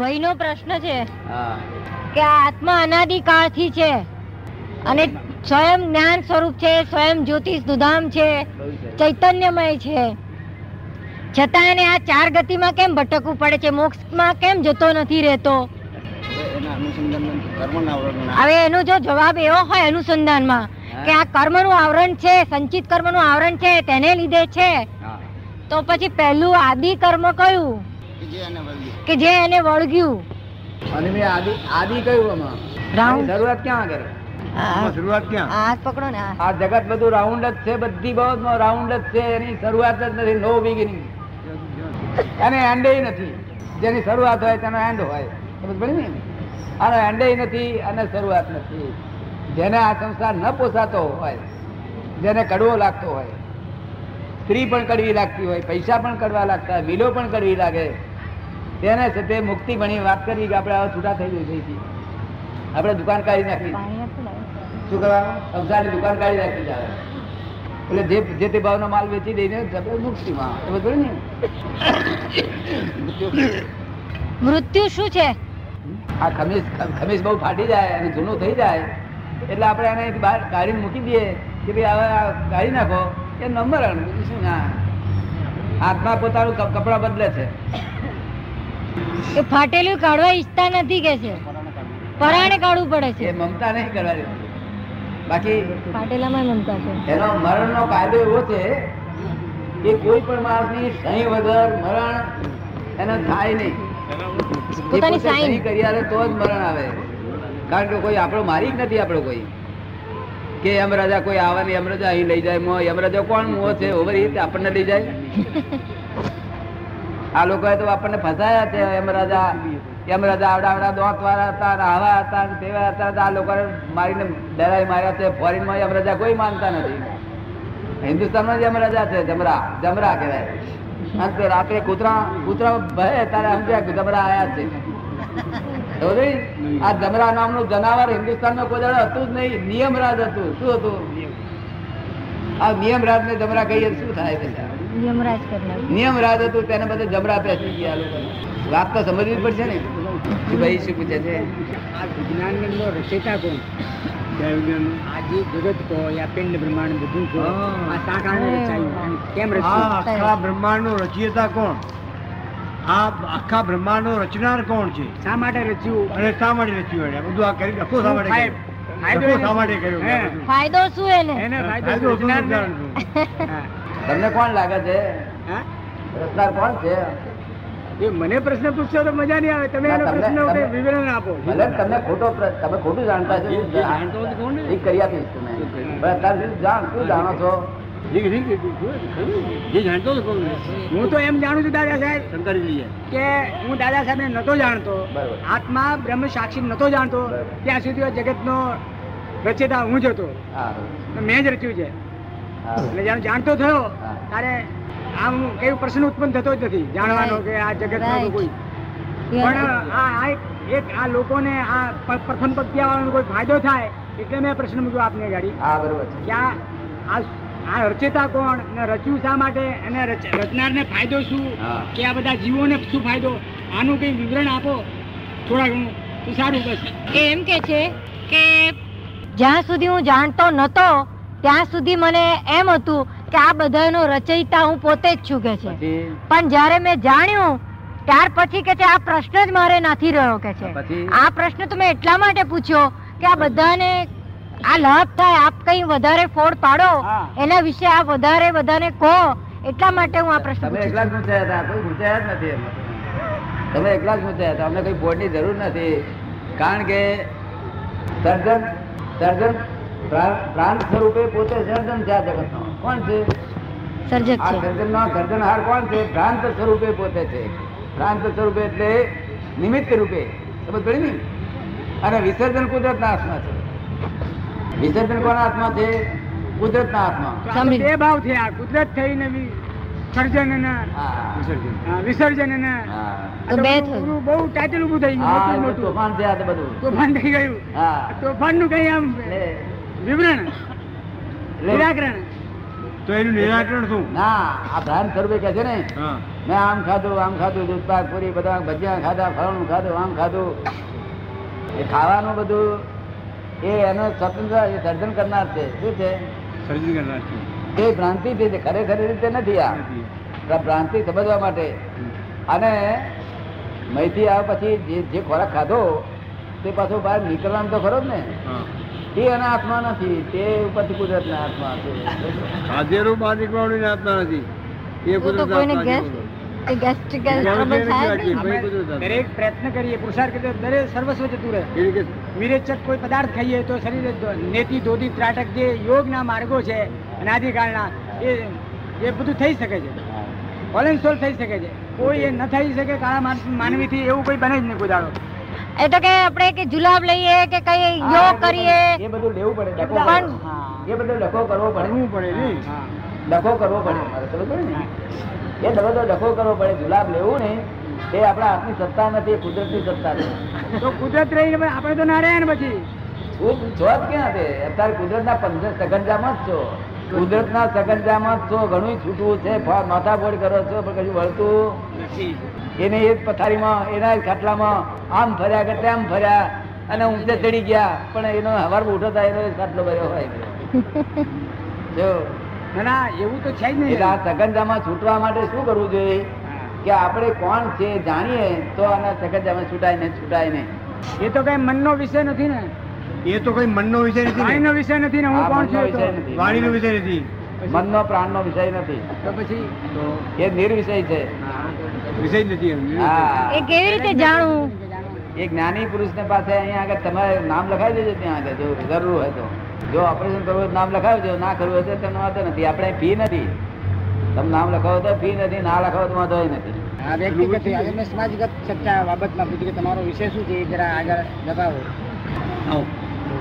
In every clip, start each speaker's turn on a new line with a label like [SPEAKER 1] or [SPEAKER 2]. [SPEAKER 1] ભયનો પ્રશ્ન છે
[SPEAKER 2] હા
[SPEAKER 1] કે આ આત્મા અનાદિકાળથી છે અને સ્વયં જ્ઞાન સ્વરૂપ છે સ્વયં જ્યોતિષ નું છે
[SPEAKER 2] બહુ સરસ.
[SPEAKER 1] ચૈતન્યમય છે છતાં એને આ ચાર ગતિમાં કેમ ભટકવું પડે છે મોક્ષમાં કેમ જતો નથી રહેતો
[SPEAKER 2] હવે એના અનુસંધાનમાં કર્મના આવરણના-
[SPEAKER 1] હવે એનો જો જવાબ એવો હોય અનુસંધાનમાં કે આ કર્મનું આવરણ છે સંચિત કર્મનું આવરણ છે તેને લીધે છે
[SPEAKER 2] હા.
[SPEAKER 1] તો પછી પહેલું આદિ કર્મ કયું
[SPEAKER 2] કે જે એને વળગ્યું.
[SPEAKER 1] કે જે એને વળગ્યું
[SPEAKER 2] અને મેં આદિ આદિ કયું આમાં
[SPEAKER 1] રાઉન્ડ
[SPEAKER 2] આની શરૂઆત ક્યાં આગળ આમાં શરૂઆત ક્યાં
[SPEAKER 1] હાથ પકડો ને આ.
[SPEAKER 2] આ જગત બધું રાઉન્ડ જ છે બધી બાબતમાં રાઉન્ડ જ છે એની શરૂઆત જ નથી નો બિગિનિંગ એને એન્ડ નથી જેની શરૂઆત હોય તેનો એન્ડ હોય સમજ પડી ને આનો એન્ડ નથી અને શરૂઆત નથી જેને આ સંસાર ન પોસાતો હોય જેને કડવો લાગતો હોય સ્ત્રી પણ કડવી લાગતી હોય પૈસા પણ કડવા લાગતા હોય વિલો પણ કડવી લાગે તેને સાથે મુક્તિ ભણી વાત કરી કે આપણે હવે છૂટા થઈ જઈએ છીએ આપણે દુકાન કાઢી નાખી
[SPEAKER 1] પાણી આપો ને.
[SPEAKER 2] શું કરવાનું સંસારની દુકાન કાઢી નાખી જ આવે. એટલે જે જે તે ભાવનો માલ વેચી દઈને આપણે મુક્તિમાં તમે જોયું ને
[SPEAKER 1] મૃત્યુ શું છે
[SPEAKER 2] આ ખમીસ ખમીસ બહુ ફાટી જાય અને જૂનું થઈ જાય એટલે આપણે એને એક બહાર કાઢીને મૂકી દઈએ કે ભાઈ હવે આ કાઢી નાખો એ નંબર આણું. બીજું શું ના આત્મા પોતાનું કપ- કપડાં બદલે છે
[SPEAKER 1] કે ફાટેલું કાઢવા ઈચ્છતા નથી કે છે પરાણે કાઢવું પડે
[SPEAKER 2] એ
[SPEAKER 1] છે
[SPEAKER 2] મમતા નહીં કરવાની બાકી
[SPEAKER 1] ફાટેલામાં મમતા છે
[SPEAKER 2] એનો મરણનો કાયદો એવો છે કે કોઈ પણ માણસની સહી વગર મરણ એને થાય નહીં જે
[SPEAKER 1] પોતાની
[SPEAKER 2] પોતે
[SPEAKER 1] સહી.
[SPEAKER 2] સહી કરી આવે તો જ મરણ આવે કારણ કે કોઈ આપણો મારી જ નથી આપણો કોઈ કે યમરાજા કોઈ આવે ને યમરાજા અહીં લઈ જાય મોં યમરાજા કોણ મોં છે ઓવર એ રીતે આપણને લઈ જાય આ લોકોએ તો આપણને ફસાયા છે યમરાજા યમરાજા આવડા આવડા દોત વાળા હતા ને આવા હતા ને તેવા હતા તો આ લોકોને મારીને ડરાઈ માર્યા છે ફોરેનમાં યમરાજા કોઈ માનતા નથી હિન્દુસ્તાનમાં જમરાજા છે જમરા જમરા કહેવાય અંતે રાત્રે કૂતરા કૂતરા ભય તારે સમજ્યા કે જમરા આયા છે ખબર પડી? આ જમરા નામનું જનાવર હિન્દુસ્તાનમાં કોઈ દાડો હતું જ નહીં નિયમરાજ હતું શું હતું આ નિયમરાજ ને જમરા કહીએ તો શું થાય બધા
[SPEAKER 1] યમરાજ કરનાર
[SPEAKER 2] નિયમરાજ હતું તેને બધે જમરા પેસી ગયા લોકો વાત તો સમજવી પડશે ને કે ભાઈ શું પૂછે છે
[SPEAKER 3] આ વિજ્ઞાનનો રચયિતા કોણ આ જે જગત કહો યા પિંડ બ્રહ્માંડ બધું કહો
[SPEAKER 2] હા.
[SPEAKER 3] આ શા કારણે રચાયું અને કેમ
[SPEAKER 4] આ
[SPEAKER 3] રચાયું
[SPEAKER 4] આખા બ્રહ્માંડ નો રચયતા કોણ આ આખા બ્રહ્માંડ નો રચનાર કોણ છે
[SPEAKER 3] શા માટે રચ્યું
[SPEAKER 4] અને શા માટે રચ્યું એણે? બધું આ કરી લખો શા માટે
[SPEAKER 3] ફાયદો એને
[SPEAKER 4] કર્યું? લખો શા
[SPEAKER 3] શું?
[SPEAKER 4] માટે કર્યું?
[SPEAKER 3] હે.
[SPEAKER 1] ફાયદો શું એને
[SPEAKER 3] એને
[SPEAKER 4] ફાયદો
[SPEAKER 3] ફાયદો
[SPEAKER 4] શું
[SPEAKER 3] વિજ્ઞાનને?
[SPEAKER 4] સમજાણું છું.
[SPEAKER 3] હા.
[SPEAKER 2] તમને કોણ લાગે છે
[SPEAKER 3] હા?
[SPEAKER 2] રસ્તાર કોણ છે
[SPEAKER 3] એ મને પ્રશ્ન પૂછશો તો મજા નહીં આવે તમે
[SPEAKER 2] ના,
[SPEAKER 3] એનો
[SPEAKER 2] તમને-
[SPEAKER 3] પ્રશ્ન
[SPEAKER 2] તમને-
[SPEAKER 3] ઉપર વિવરણ આપો
[SPEAKER 2] ભલે તમને ખોટો પ્ર- તમે ખોટું જાણતા છો
[SPEAKER 3] જે જાણતો હોય તો કહો ને.
[SPEAKER 2] એ કરી આપીશ તમે પણ અત્યાર સુધી જાણ શું જાણો છો
[SPEAKER 3] હું તો એમ જાણું છું દાદા સાહેબ કે હું દાદા સાહેબને નહોતો જાણતો
[SPEAKER 2] બરાબર.
[SPEAKER 3] આત્મા બ્રહ્મ સાક્ષી નહોતો જાણતો
[SPEAKER 2] બરાબર.
[SPEAKER 3] ત્યાં સુધી આ જગતનો રચયતા હું જ હતો
[SPEAKER 2] હા,
[SPEAKER 3] મેં જ રચ્યું છે
[SPEAKER 2] હા.
[SPEAKER 3] એટલે જ્યારે જાણતો થયો
[SPEAKER 2] હા.
[SPEAKER 3] ત્યારે આમ કઈ પ્રશ્ન ઉત્પન્ન થતો જ નથી જાણવાનો
[SPEAKER 1] Right.
[SPEAKER 3] કે આ જગત
[SPEAKER 1] Right.
[SPEAKER 3] કોઈ પણ આ આ એક- એક આ લોકોને આ પ- પ્રથમ પત્યાવાનો કોઈ ફાયદો થાય એટલે મેં પ્રશ્ન મૂક્યો આપને ગાડી
[SPEAKER 2] હા બરોબર છે
[SPEAKER 3] કે આ આ આ રચેતા કોણ ને રચ્યું શા માટે અને રચ- રચનારને ફાયદો શું
[SPEAKER 2] હા.
[SPEAKER 3] કે આ બધા જીવોને શું ફાયદો આનું કઈ વિવરણ આપો થોડા ઘણું તો સારું બસ
[SPEAKER 1] એ એમ કે છે કે જ્યાં સુધી હું જાણતો નતો ત્યાં સુધી મને એમ હતું કે આ બધાનો રચયિતા હું પોતે જ છું કે છે
[SPEAKER 2] પછી
[SPEAKER 1] પણ જ્યારે મેં જાણ્યું ત્યાર પછી કે છે આ પ્રશ્ન જ મારે નથી રહ્યો કે છે
[SPEAKER 2] પછી?
[SPEAKER 1] આ પ્રશ્ન તો મેં એટલા માટે પૂછ્યો કે આ બધાને આ લાભ થાય આપ કઈ વધારે ફોડ પાડો
[SPEAKER 3] હા.
[SPEAKER 1] એના વિશે આપ વધારે બધાને કહો એટલા માટે હું આ પ્રશ્ન
[SPEAKER 2] તમે
[SPEAKER 1] પૂછું
[SPEAKER 2] એકલા જ ગુંચાયા હતા કોઈ ગુંચાયા જ નથી એમાં. તમે એકલા જ ગુંચાયા હતા અમને કોઈ બોર્ડની જરૂર નથી કારણ કે સર્જન સર્જન પ્રા- પ્રાણ સ્વરૂપે પોતે સર્જન છે આ જગતનો કોણ છે
[SPEAKER 1] છું. સર્જક
[SPEAKER 2] આ
[SPEAKER 1] છે
[SPEAKER 2] સર્જનનો સર્જનહાર કોણ છે ભ્રાંત સ્વરૂપે પોતે છે ભ્રાંત સ્વરૂપે એટલે નિમિત્ત રૂપે સમજ પડી ને અને વિસર્જન કુદરતના હાથમાં છે વિસર્જન કોના હાથમાં છે કુદરતના હાથમાં
[SPEAKER 3] તો આ
[SPEAKER 1] સાંભળી.
[SPEAKER 3] બે ભાવ થયા કુદરત થઈને બી સર્જન અને
[SPEAKER 2] હા
[SPEAKER 3] આ વિસર્જન અને
[SPEAKER 2] હા
[SPEAKER 1] તો બે
[SPEAKER 3] આ તો
[SPEAKER 1] થયું.
[SPEAKER 3] બધું બહુ ટાઇટલ ઊભું થઈ ગયું
[SPEAKER 2] હા,
[SPEAKER 3] મોટું
[SPEAKER 2] એવું
[SPEAKER 3] મોટું
[SPEAKER 2] તોફાન છે આ તો બધું
[SPEAKER 3] તોફાન થઈ ગયું
[SPEAKER 2] હા
[SPEAKER 3] તોફાન નું કઈ આમ
[SPEAKER 2] એટલે-
[SPEAKER 3] વિવરણ
[SPEAKER 2] એટલે
[SPEAKER 3] નિરાકરણ
[SPEAKER 4] તો એનું નિરાકરણ શું
[SPEAKER 2] ના આ ભ્રાંત સ્વરૂપે કહે છે ને
[SPEAKER 4] હા
[SPEAKER 2] મેં આમ ખાધું આમ ખાધું દૂધ પાક પૂરી બધા ભજીયા ખાધા ફળનું ખાધું આમ ખાધું એ ખાવાનું બધું એ એનો સ્વતંત્ર એ સર્જન કરનાર છે શું છે
[SPEAKER 4] સર્જન કરનાર છે.
[SPEAKER 2] એ ભ્રાંતિ છે જે ખરેખર રીતે નથી આ
[SPEAKER 4] નથી.
[SPEAKER 2] આ ભ્રાંતિ સમજવા માટે અને મહીથી આવ્યા પછી જે જે ખોરાક ખાધો તે પાછો બહાર નીકળવાનું તો ખરો જ ને
[SPEAKER 4] હા.
[SPEAKER 2] તે એના હાથમાં નથી તે ઉપરથી કુદરતના હાથમાં છે
[SPEAKER 4] હાજેરું બહાર નીકળવાની આત્મા નથી એ
[SPEAKER 1] તો તો
[SPEAKER 4] કુદરત
[SPEAKER 1] કોઈને
[SPEAKER 4] આત્મા
[SPEAKER 1] ગેસ
[SPEAKER 4] છે.
[SPEAKER 1] કે gastric gas
[SPEAKER 4] ગેસ
[SPEAKER 1] trouble
[SPEAKER 4] નથી
[SPEAKER 1] થાય જ
[SPEAKER 4] રાખી.
[SPEAKER 1] નહીં.
[SPEAKER 4] ભાઈ કુદરત આપે.
[SPEAKER 3] આપણે દરેક પ્રયત્ન કરીએ પુરુષાર્થ કરીએ તો દરેક સર્વસ્વ જતું રહે
[SPEAKER 4] એવી રીતે
[SPEAKER 3] વિરેચક કોઈ પદાર્થ ખાઈએ તો શરીરે દો- નેતિ ધોધી ત્રાટક જે યોગના માર્ગો છે અનાદિકાળના એ એ બધું થઈ શકે છે ઓલ એન્ડ સોલ થઈ શકે છે કોઈ એ ન થઈ શકે કાળા માન- માનવીથી એવું કોઈ બને જ નહીં કોઈ દાડો
[SPEAKER 1] એ તો કે આપણે કે જુલાબ લઈએ કે કઈ યોગ કરીએ
[SPEAKER 2] એ બધું લેવું પડે ડખો
[SPEAKER 1] પણ-
[SPEAKER 2] કરવો. એ બધો ડખો કરવો પડે
[SPEAKER 4] ભણવું પડે નહીં
[SPEAKER 3] હા.
[SPEAKER 2] ડખો કરવો પડે મારે સમજ પડી ને એ દરરોજ ડખો કરવો પડે ગુલાબ લેવું ને એ આપણા હાથની સત્તા નથી એ કુદરતની સત્તા છે
[SPEAKER 3] તો કુદરત રહી આપણે તો ના રહ્યા ને પછી
[SPEAKER 2] હું છો જ ક્યાં છે અત્યારે કુદરતના પંજ- સગંજામાં જ છો કુદરતના સગંજામાં જ છો ઘણું છૂટવું છે ફા- માથાફોડ કરો છો પણ કશું વળતું એને એ જ પથારીમાં એના જ ખાટલામાં આમ ફર્યા કે તેમ ફર્યા અને ઊંચે ચડી ગયા પણ એનો હવાર ઉઠો થાય એનો જ ખાટલો ભર્યો હોય જો
[SPEAKER 3] ના ના એવું તો છે જ નહીં
[SPEAKER 2] એટલે આ સગંજામાં છૂટવા માટે શું કરવું જોઈએ કે આપણે કોણ છે એ જાણીએ તો આના સગંજામાં છૂટાય ને છૂટાય નહીં
[SPEAKER 3] એ તો કઈ મનનો વિષય નથી ને
[SPEAKER 4] એ તો કોઈ મનનો વિષય નથી ને.
[SPEAKER 3] વાણીનો વિષય નથી ને હું
[SPEAKER 2] આ
[SPEAKER 3] કોણ
[SPEAKER 2] મનનો
[SPEAKER 3] છું એ
[SPEAKER 2] વિષય
[SPEAKER 3] તો.
[SPEAKER 2] નથી.
[SPEAKER 4] વાણીનો વિષય નથી
[SPEAKER 2] મનનો પ્રાણનો વિષય નથી
[SPEAKER 3] તો પછી
[SPEAKER 4] તો
[SPEAKER 2] એ નિર્વિષય છે
[SPEAKER 4] વિષય જ નથી એમ.
[SPEAKER 1] એ
[SPEAKER 2] હા
[SPEAKER 1] કેવી રીતે જાણવું
[SPEAKER 2] એ જ્ઞાની પુરુષને પાસે અહીંયા આગળ તમારે નામ લખાવી દેજો ત્યાં આગળ જો જરૂર હોય તો જો ઓપરેશન કરવું હોય તો નામ લખાવી દેજો ના કરવું હોય તો તેનો વાંધો નથી આપણે ફી નથી તમે નામ લખાવો તો ફી નથી ના લખાવો તો વાંધો નથી
[SPEAKER 3] આ વ્યક્તિગત હવે મેં સમાજગત ચર્ચા બાબતમાં પૂછ્યું કે તમારો વિષય શું છે એ જરા આગળ દબાવો
[SPEAKER 4] આવો.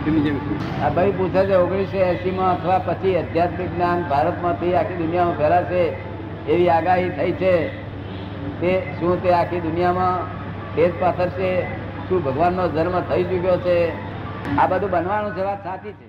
[SPEAKER 4] ધીમે ધીમે.
[SPEAKER 2] આ ભાઈ પૂછે છે ઓગણીસો એસી માં અથવા પછી આધ્યાત્મિક જ્ઞાન ભારતમાંથી આખી દુનિયામાં ફેલાશે એવી આગાહી થઈ છે તે શું તે આખી દુનિયામાં ભેદ પાથરશે શું ભગવાનનો જન્મ થઈ ચૂક્યો છે આ બધું બનવાનું છે વાત સાચી છે